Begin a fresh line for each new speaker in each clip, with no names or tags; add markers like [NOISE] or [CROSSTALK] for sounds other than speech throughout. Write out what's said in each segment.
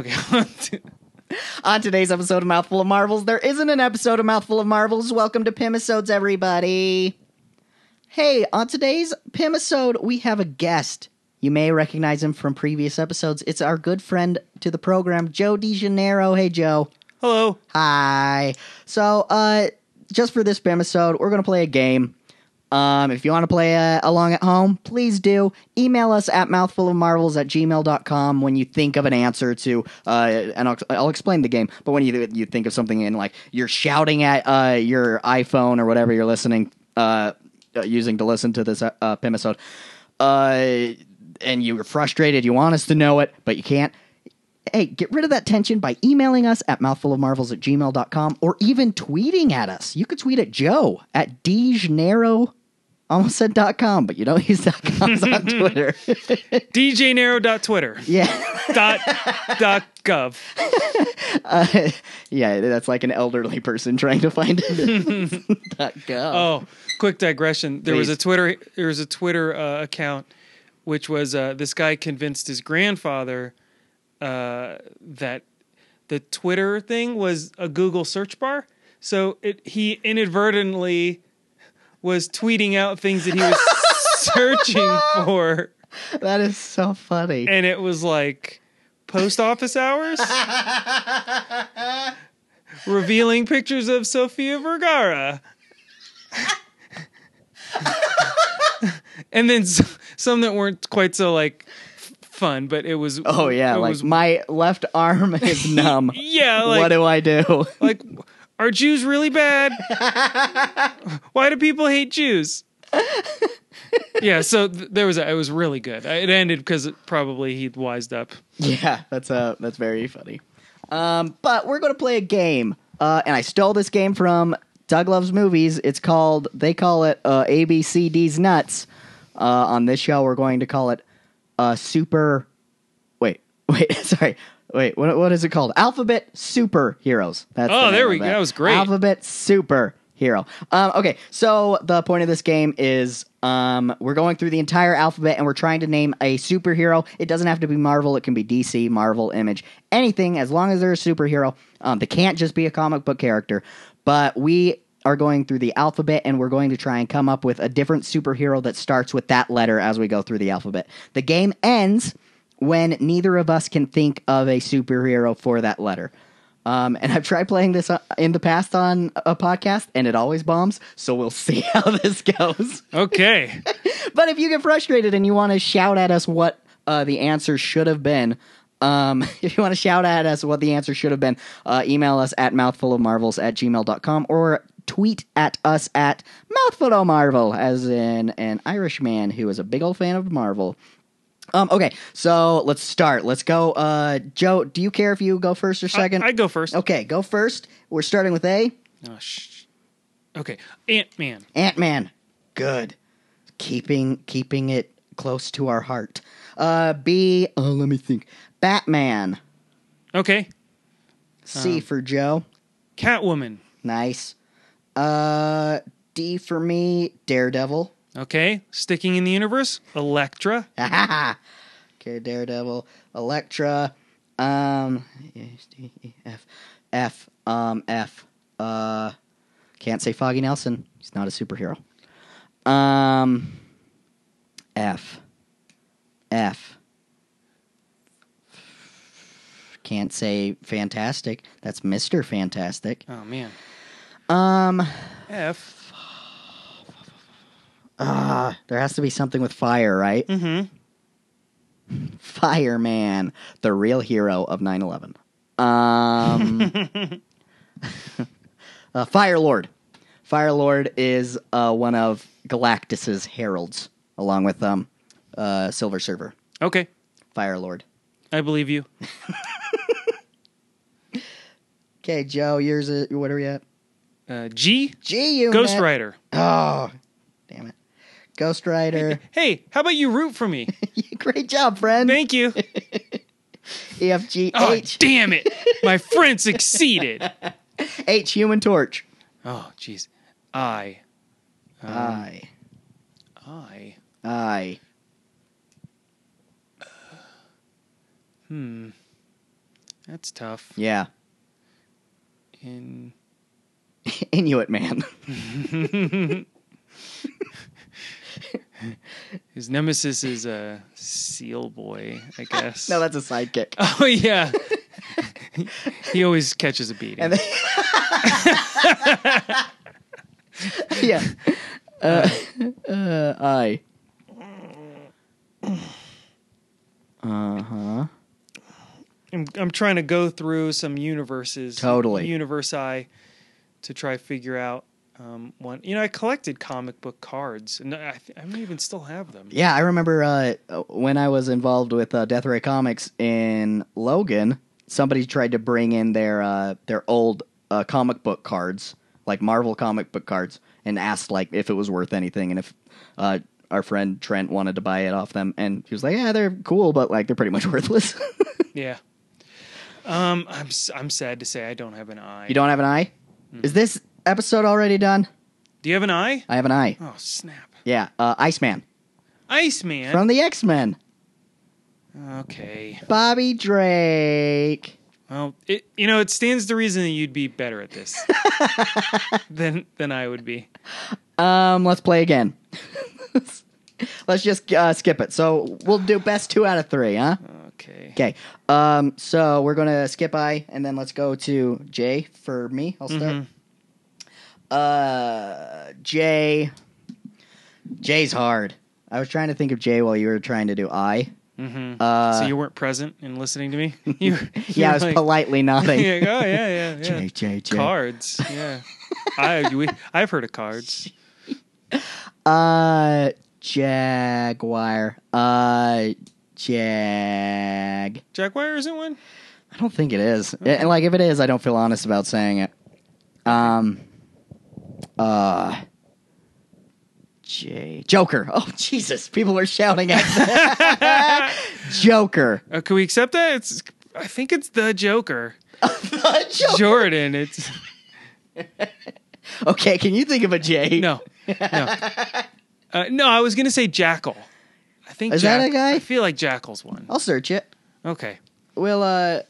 Okay. [LAUGHS]
On today's episode of Mouthful of Marvels, there isn't an episode of Mouthful of Marvels. Welcome to Pimisodes, everybody. Hey, on today's Pimisode, we have a guest. You may recognize him from previous episodes. It's our good friend to the program, Joe DeGeneiro. Hey, Joe.
Hello.
Hi. So, uh, just for this episode, we're going to play a game. Um, if you want to play uh, along at home, please do. Email us at mouthfulofmarvels at gmail.com when you think of an answer to, uh, and I'll, I'll explain the game, but when you, you think of something and like you're shouting at uh, your iPhone or whatever you're listening, uh, uh, using to listen to this uh, uh, episode, uh, and you're frustrated, you want us to know it, but you can't, hey, get rid of that tension by emailing us at mouthfulofmarvels at gmail.com or even tweeting at us. You could tweet at Joe at DeGenero. Almost said dot com, but you don't use dot coms
[LAUGHS]
on Twitter.
DJ Narrow.twitter.
yeah.
[LAUGHS]
[LAUGHS]
Dot dot gov.
Yeah, that's like an elderly person trying to find
[LAUGHS]
it. dot gov.
Oh, quick digression. There was
Please.
a Twitter. There was a Twitter uh, account, which was uh, this guy convinced his grandfather uh, that the Twitter thing was a Google search bar. So it, he inadvertently was tweeting out things that he was searching for,
That is so funny.
and it was like post office
[LAUGHS]
hours. Revealing pictures of Sofia Vergara. [LAUGHS] and then s- some that weren't quite so like f- fun, but it was.
Oh yeah,
it
like
was,
my left arm is numb.
yeah, [LAUGHS] like
what do I do?
[LAUGHS] like are Jews really
[LAUGHS]
bad? Why do people hate Jews? yeah, so th- there was. A, it was really good. I- It ended because probably he wised up.
Yeah, that's uh that's very funny. Um, but we're gonna play a game. Uh, and I stole this game from Doug Loves Movies. It's called they call it uh, ABCD's Nuts. Uh, on this show, we're going to call it uh, Super. Wait, [LAUGHS] wait, sorry, wait. What what is it called? Alphabet Superheroes. That's
Oh,
the
there
name
we-
of
that was great.
Alphabet Superhero. Um, okay, so the point of this game is um, we're going through the entire alphabet and we're trying to name a superhero. It doesn't have to be Marvel. It can be DC, Marvel, Image, anything as long as they're a superhero. Um, they can't just be a comic book character. But we are going through the alphabet and we're going to try and come up with a different superhero that starts with that letter as we go through the alphabet. The game ends when neither of us can think of a superhero for that letter. Um, and I've tried playing this uh, in the past on a podcast, and it always bombs. So we'll [LAUGHS] see how this goes.
Okay,
but if you get frustrated and you want to shout at us what uh, the answer should have been, um, [LAUGHS] if you want to shout at us what the answer should have been, uh, email us at mouthfulofmarvels at gmail.com or tweet at us at mouthfulofmarvel, as in an Irishman who is a big old fan of Marvel. Um, okay, so let's start. Let's go. Uh, Joe, do you care if you go first or second?
I go first.
Okay, go first. We're starting with A.
Oh, sh- okay, Ant Man.
Ant Man. Good. Keeping keeping it close to our heart. Uh B oh let me think. Batman.
Okay,
C for Joe.
Catwoman.
Nice. Uh D for me, Daredevil.
Okay, sticking in the universe, Electra.
[LAUGHS] Ahaha. Okay, Daredevil, Elektra, um, S, D, E, F, F, um, F. Uh, can't say Foggy Nelson. He's not a superhero. Um, F, F. Can't say Fantastic. That's Mister Fantastic.
Oh man,
Um,
F.
ah, there has to be something with fire, right?
Mm-hmm.
Fireman, the real hero of 9 11.
[LAUGHS]
Um, uh, Fire Lord. Fire Lord is uh, one of Galactus's heralds, along with um, uh, Silver Surfer.
Okay,
Fire Lord.
I believe you.
Okay, Joe, yours is. What are we at?
Uh, G.
G Unit.
Ghost Rider.
Oh, damn it. Ghost Rider.
Hey, how about you root for
[LAUGHS]
me?
Great job, friend.
Thank you.
[LAUGHS] E F G
Oh,
H
damn it! My friend
[LAUGHS]
succeeded.
H Human Torch.
Oh, jeez. I. Um, Ah.
I.
I.
I.
Hmm. That's tough.
Yeah.
In
[LAUGHS] Inuit man.
his nemesis is a seal boy, I guess.
no, that's a sidekick.
[LAUGHS] Oh yeah. [LAUGHS] he always catches a beating.
And then- [LAUGHS]
[LAUGHS]
yeah. Uh, uh, I. Uh huh.
I'm, I'm trying to go through some universes,
Totally.
universe I, to try figure out um, one. You know, I collected comic book cards, and I, I may even still have them.
Yeah, I remember uh, when I was involved with uh, Death Ray Comics in Logan. Somebody tried to bring in their uh, their old uh, comic book cards, like Marvel comic book cards, and asked like if it was worth anything, and if uh, our friend Trent wanted to buy it off them, and he was like, "Yeah, they're cool, but like they're pretty much [LAUGHS] worthless."
Yeah. Um, I'm s- I'm sad to say I don't have an eye.
you don't have an eye? Is this episode already done?
Do you have an eye?
I have an eye.
Oh snap!
Yeah, uh, Iceman
Iceman.
from the X Men,
okay.
Bobby Drake.
Well, it you know it stands to reason that you'd be better at
[LAUGHS]
this than than I would be.
Um, let's play again. [LAUGHS] let's just uh, skip it. So we'll do best two out of three, huh?
Okay.
Okay. Um, so we're gonna skip I, and then let's go to J for me. I'll start.
Mhm.
Uh, J. J's hard. I was trying to think of J while you were trying to do I.
hmm
Uh,
so you [LAUGHS] weren't present and listening to me. You, [LAUGHS] you
[LAUGHS] yeah, I was
like,
politely nodding.
yeah, oh yeah, yeah, yeah.
[LAUGHS] J J J.
Cards,
[LAUGHS]
yeah. I we, I've heard of cards.
Uh, Jaguar. Uh, Jag.
Jaguar isn't one.
I don't think it is. And like if it is, I don't feel honest about saying it. Um uh J Joker. Oh Jesus, people are shouting
[LAUGHS]
at Joker. [LAUGHS]
Uh, can we accept that? It's I think it's the Joker,
The Joker.
Jordan. It's
Okay, can you think of a J?
no, no, uh, no. I was gonna say Jackal. I think
Is that a guy?
I feel like Jackal's one.
[LAUGHS] I'll search it.
Okay.
We'll uh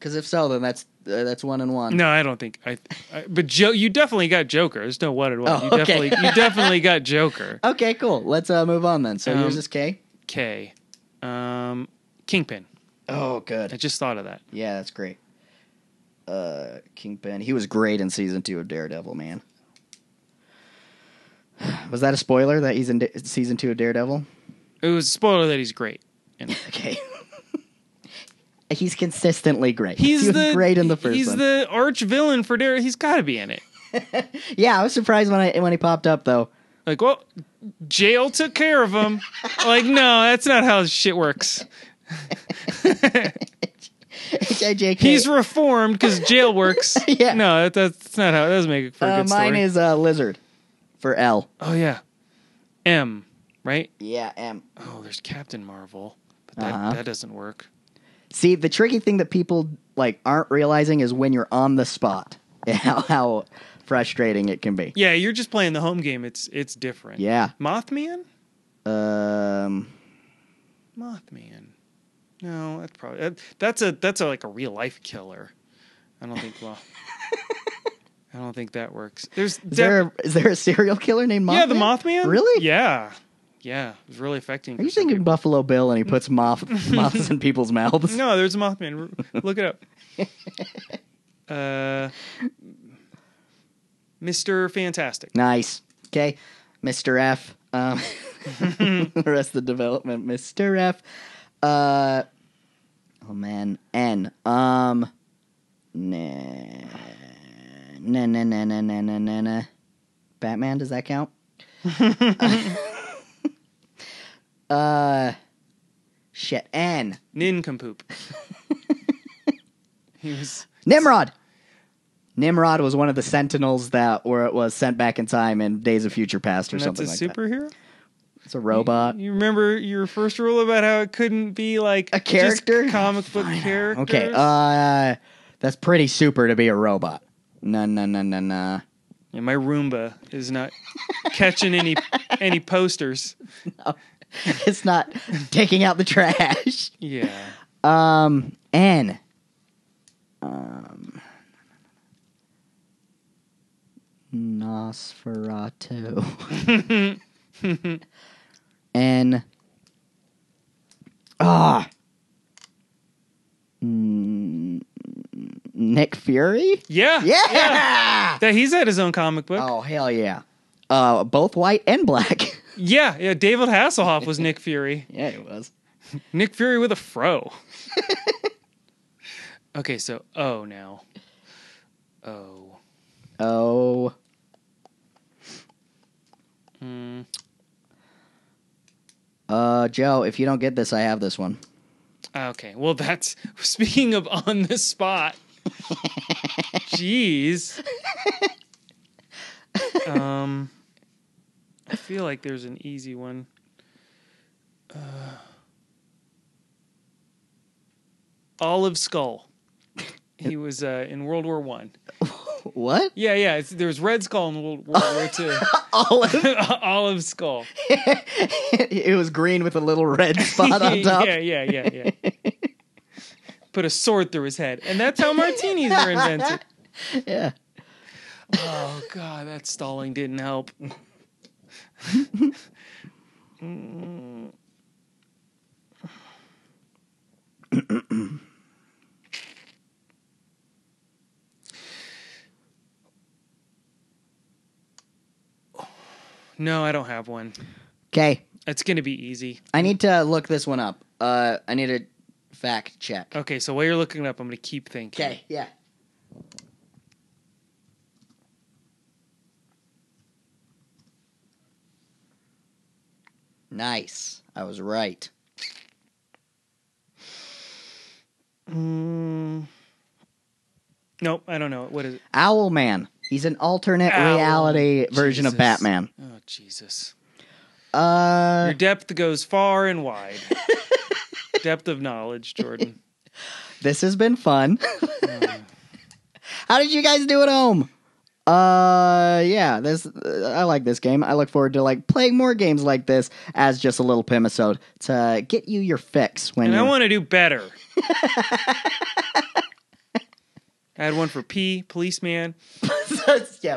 cuz if so then that's uh, that's one and one.
No, I don't think I. I but Joe, you definitely got Joker. There's no one at one.
Oh,
you
okay.
definitely, you
[LAUGHS]
definitely got Joker.
Okay, cool. Let's uh move on then. So
Um,
yours is K.
K, um, Kingpin.
Oh,
I
good.
just thought of that.
Yeah, that's great. Uh, Kingpin. He was great in season two of Daredevil, man. [SIGHS] Was that a spoiler that he's in da- season two of Daredevil? [LAUGHS]
It was a spoiler that he's great. And
Okay. [LAUGHS] he's consistently great.
He's
he was
the
great in the first
He's
one.
the arch villain for Daredevil. He's got to be in it.
yeah, I was surprised when I when he popped up
[LAUGHS]
though. [LAUGHS]
Like, well, jail took care of him. like, no, that's not how shit works.
JJK.
He's reformed because jail works.
[LAUGHS] Yeah.
No, that, that's not how. That doesn't make it for a
uh,
good
mine
story.
is uh, lizard for L.
oh yeah, M. Right.
Yeah, M.
Oh, there's Captain Marvel, but that,
Uh-huh.
that doesn't work.
See, the tricky thing that people like aren't realizing is when you're on the spot, [LAUGHS] how how frustrating it can be.
Yeah, you're just playing the home game. It's it's different.
Yeah.
Mothman.
Um.
Mothman. No, that's probably that, that's a that's a, like a real life killer. I don't think
[LAUGHS]
well. I don't think that works. There's
Is
def-
there a, is there a serial killer named Mothman?
yeah the Mothman
Really?
yeah yeah it was really affecting.
Are
for
you
some
thinking Buffalo Bill and he puts moth, [LAUGHS] moths in people's mouths?
people. No, there's a Mothman. R- Look it up.
[LAUGHS]
uh, Mister Fantastic.
Nice. Okay, Mr. F. Um, [LAUGHS] rest of development, Mr. F. Uh, oh man, N. Um, nah, nah, nah, nah, nah, nah, nah, nah, nah. Batman. Does that count? [LAUGHS] uh, shit. N. [LAUGHS]
Nincompoop. he was
Nimrod. Nimrod was one of the sentinels that were was sent back in time in Days of Future Past or
and that's a
something like that.
superhero.
It's a robot.
You remember your first rule about how it couldn't be like
A
just
character?
comic book character.
Okay, uh, that's pretty super to be a robot. No, no, no, no, no. [LAUGHS]
yeah, my Roomba is not catching
[LAUGHS]
any any posters. [LAUGHS]
It's not taking out the trash. [LAUGHS]
Yeah,
Um, N. Um, Nosferatu. [LAUGHS] N. Ah. Mm, Nick Fury?
Yeah.
Yeah!
That he's had his own comic book.
Oh, hell yeah. Uh, both white and black. [LAUGHS]
Yeah, yeah. David Hasselhoff was Nick Fury.
yeah, it was. [LAUGHS]
Nick Fury with a fro. okay, so oh now. Oh.
Oh.
Mm.
Uh, Joe, if you don't get this, I have this one.
Okay. Well, that's [LAUGHS] speaking of on the spot.
[LAUGHS]
Jeez. Um, I feel like there's an easy one. Uh, Olive Skull. He was uh, in World War One.
[LAUGHS] What?
Yeah, yeah. It's, there was Red Skull in World, World War Two.
Olive.
[LAUGHS] Olive Skull.
[LAUGHS] it was green with a little red spot on top.
[LAUGHS] yeah, yeah, yeah, yeah. Put a sword through his head, and that's how martinis were invented.
[LAUGHS] yeah.
Oh god, that stalling didn't help. no, I don't have one.
Okay.
It's gonna be easy.
I need to look this one up. Uh, I need a fact check.
Okay, so while you're looking it up, I'm gonna keep thinking.
Okay, yeah. Nice. I was right.
Mm. Nope, I don't know. What is it?
Owlman. He's an alternate
Owl.
reality version
Jesus.
of Batman.
Oh Jesus.
Uh
Your depth goes far and
[LAUGHS]
wide. depth of knowledge, Jordan.
this has been fun. [LAUGHS]
Oh.
How did you guys do at home? Uh yeah, this uh, I like this game. I look forward to like playing more games like this as just a little pimisode to get you your fix when
And I
you're-
want to do
[LAUGHS]
better. I had one for P, policeman.
[LAUGHS] yeah,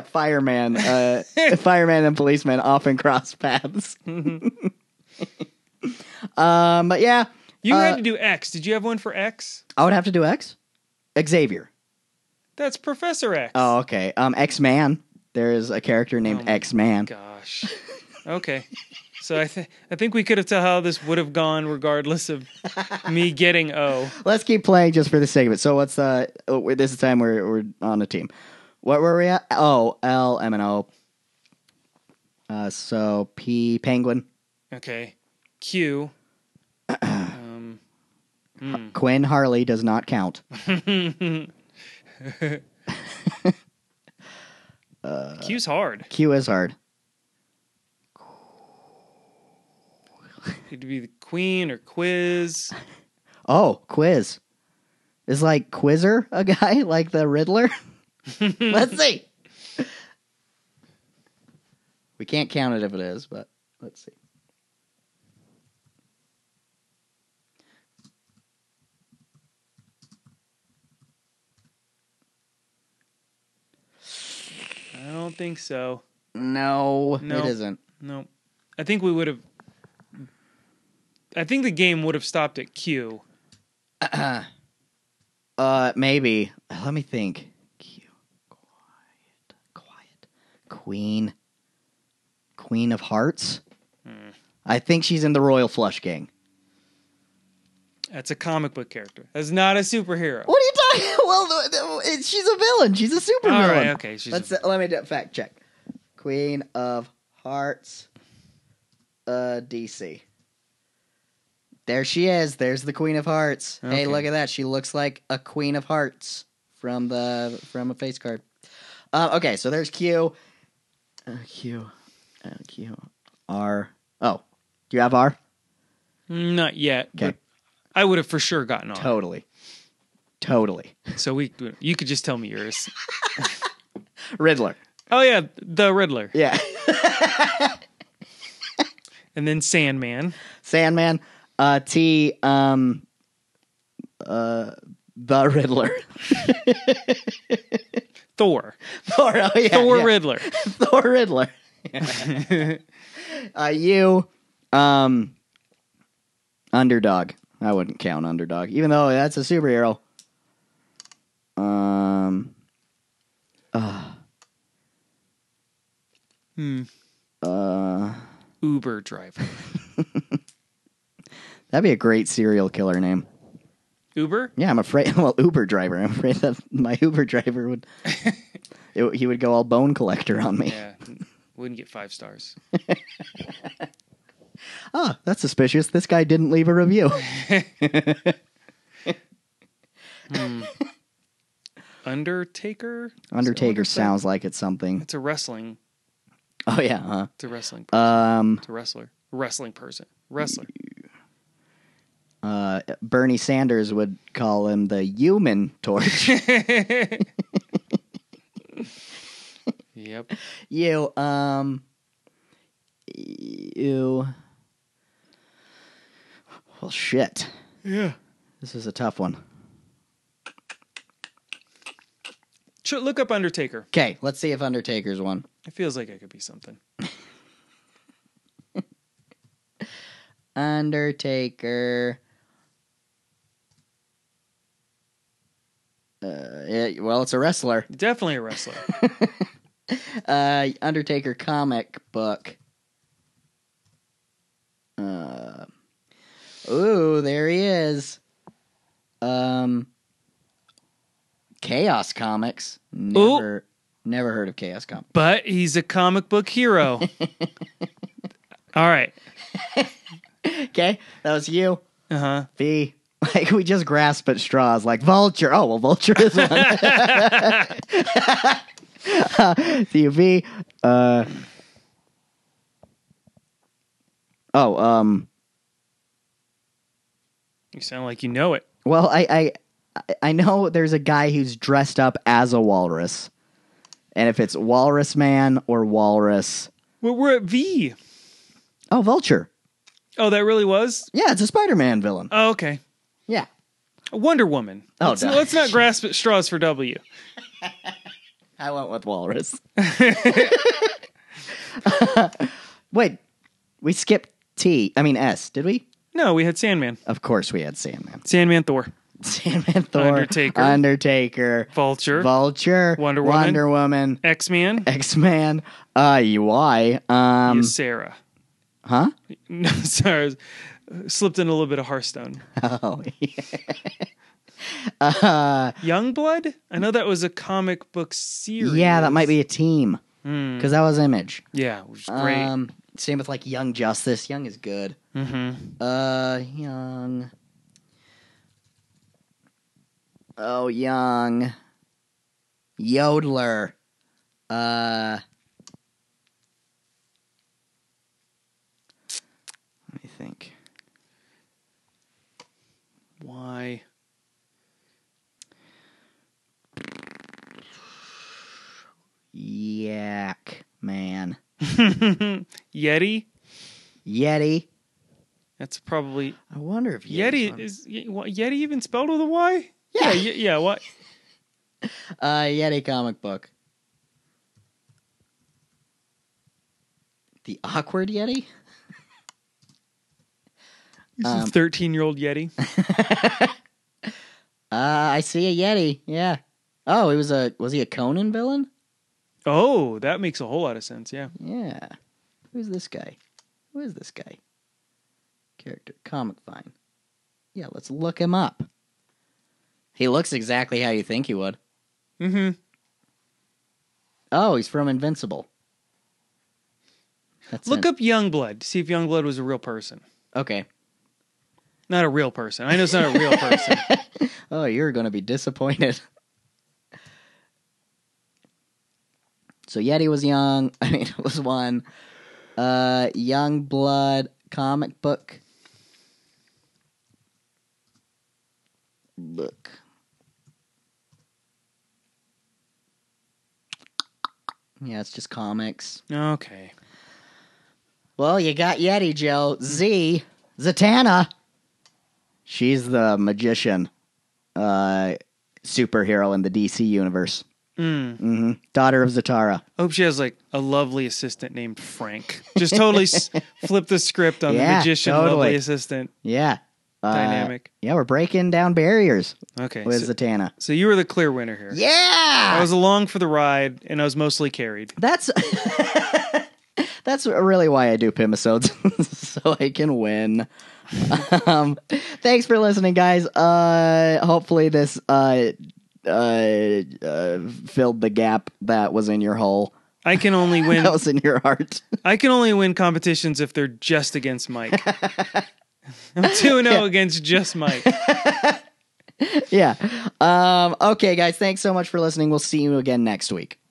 [LAUGHS]
fireman, uh, fireman and policeman often cross paths.
Mm-hmm.
um, but yeah,
You
Uh,
had to do X. Did you have one for X?
I would have to do X, Xavier.
That's Professor X.
Oh, okay. Um, X Man. There is a character
Oh
named
my
X Man.
gosh. Okay. So I, th- I think we could have tell how this would have gone regardless of
[LAUGHS]
me getting O.
Let's keep playing just for the sake of it. So what's uh? oh, wait, This is time we're we're on a team. What were we at? Oh, L M and O. Uh, so P Penguin
Okay. Q. Um, hmm. [LAUGHS]
Quinn Harley does not count.
Q's hard.
Uh, Q is hard.
It'd be the queen or quiz.
[LAUGHS] Oh, quiz. Is like Quizzer a guy? [LAUGHS] Like the Riddler? let's see. We can't count it if it is, but let's see.
I don't think so.
No,
No.
it isn't.
No. I think we would have. I think the game would have stopped at Q.
Uh maybe. Let me think. Q quiet. Quiet. Queen. Queen of Hearts?
Hmm.
I think she's in the Royal Flush Gang.
That's a comic book character. That's not a superhero.
What are you talking? [LAUGHS] Well, th- th- it- she's a villain. She's a super
All
villain.
right, okay, she's a
Let's oh. let me do- fact check. Queen of Hearts, uh, DC. There she is. There's the Queen of Hearts.
Okay.
Hey, look at that. She looks like a Queen of Hearts from the from a face card. Uh, okay, so there's Q. Uh, Q. Uh, Q. R. Oh, do you have R?
Mm, Not yet.
Okay.
but I would have for sure gotten on.
Totally. Totally.
So we, you could just tell me yours.
Riddler.
Oh yeah, the Riddler,
Yeah. [LAUGHS]
and then Sandman.
Sandman, uh, T, um, uh, the Riddler,
Thor,
[LAUGHS] Thor, oh, [LAUGHS] yeah,
Thor
yeah.
Riddler.
[LAUGHS] Thor Riddler.
[LAUGHS]
uh, you, um, underdog. I wouldn't count underdog, even though that's a superhero. Um,
Hmm.
uh,
Uber driver.
that'd be a great serial killer name.
Uber.
Yeah, I'm afraid. [LAUGHS] Well, Uber driver. I'm afraid that my Uber driver would. [LAUGHS] it, he would go all bone collector on me.
Yeah, wouldn't get five stars.
Oh, that's suspicious. This guy didn't leave a review.
Hmm. Undertaker.
Undertaker sounds like it's something.
It's a wrestling.
Oh yeah.
It's a wrestling.
Huh?
Person.
Um.
it's a wrestler. Wrestling person.
[LAUGHS]
Wrestler.
uh, Bernie Sanders would call him the human torch. [LAUGHS]
yep.
you, um, you. Well, shit.
Yeah.
This is a tough one.
Ch- Look up Undertaker.
Okay, let's see if Undertaker's one.
It feels like it could be something.
Undertaker. Uh, yeah, well, it's a wrestler.
Definitely a
[LAUGHS]
wrestler.
Uh, Undertaker comic book. Uh, ooh, there he is. Um, Chaos Comics. Never, never heard of Chaos Comics.
but he's a comic book hero. All right.
[LAUGHS] Okay, that was you.
Uh
[LAUGHS]
huh.
V. Like we just grasp at straws, like vulture. Oh well, vulture is one. [LAUGHS] See you, V. Uh, oh, um.
[LAUGHS] You sound like you know it.
Well, I, I I- I know there's a guy who's dressed up as a walrus, and if it's Walrus Man or Walrus,
Well, we're at V.
oh, Vulture.
Oh, that really was.
Yeah, it's a Spider-Man villain.
Oh, okay.
Yeah.
Wonder Woman.
Oh,
let's,
duh.
let's not
[LAUGHS]
grasp at straws for W.
I went
[LAUGHS]
with walrus. [LAUGHS] Wait, we skipped T. I mean S. Did we?
No, we had Sandman.
Of course, we had Sandman. [LAUGHS]
Sandman, Thor,
Sandman, Thor,
Undertaker.
Undertaker,
Vulture,
Vulture,
Wonder Woman.
Wonder Woman,
X Man,
X Man, uh, UI, um,
Sarah. [LAUGHS]
huh?
No, sorry, I was- uh, slipped in a little bit of Hearthstone.
[LAUGHS] Oh, yeah. Uh,
Youngblood. I know that was a comic book series.
yeah, that might be a team
Hmm.
because that was Image.
Yeah, which is great.
Um, same with like Young Justice. Young is good.
mm-hmm.
Uh, young. Oh, young. Yodeler. Uh. Let me think.
Why? [LAUGHS]
Yak man.
Yeti.
Yeti.
That's probably
I wonder if Yeti's
Yeti
on-
is Ye- what- Yeti even spelled with a Y? yeah,
Yeah.
Ye- yeah. What?
Uh, Yeti comic book. The awkward Yeti. [LAUGHS] Um,
Thirteen-year-old Yeti.
Uh, I see a Yeti. Yeah. Oh, he was a was he a Conan villain?
Oh, that makes a whole lot of sense. Yeah.
Yeah. Who's this guy? Who is this guy? Character comic vine. Yeah, let's look him up. He looks exactly how you think he would.
Mm-hmm.
Oh, he's from Invincible. That's
Look up Youngblood. to See if Youngblood was a real person.
Okay.
Not a real person. I know it's not a real
[LAUGHS]
person.
Oh, you're going to be disappointed. so Yeti was young. [LAUGHS] I mean, it was one. Uh, young blood comic book. Book. Yeah, it's just comics.
Okay.
Well, you got Yeti, Joe. Z. Zatanna. She's the magician, uh, superhero in the DC universe. hmm Daughter of Zatara.
I hope she has like a lovely assistant named Frank. Just totally
[LAUGHS]
s- flip the script on the
Yeah,
magician,
totally.
lovely assistant
Yeah. Uh,
dynamic.
Yeah, we're breaking down barriers
Okay,
with
so, Oh,
Zatanna.
so you were the clear winner here.
Yeah.
I was along for the ride, and I was mostly carried.
That's [LAUGHS] that's really why I do Pimisodes, [LAUGHS] so I can win. [LAUGHS] um, thanks for listening, guys. Uh, hopefully this uh, uh, uh, filled the gap that was in your hole, [LAUGHS]
I can only win.
that was in your heart. [LAUGHS]
I can only win competitions if they're just against Mike. [LAUGHS] I'm two and zero against just Mike.
yeah. Um, okay, guys. Thanks so much for listening. We'll see you again next week.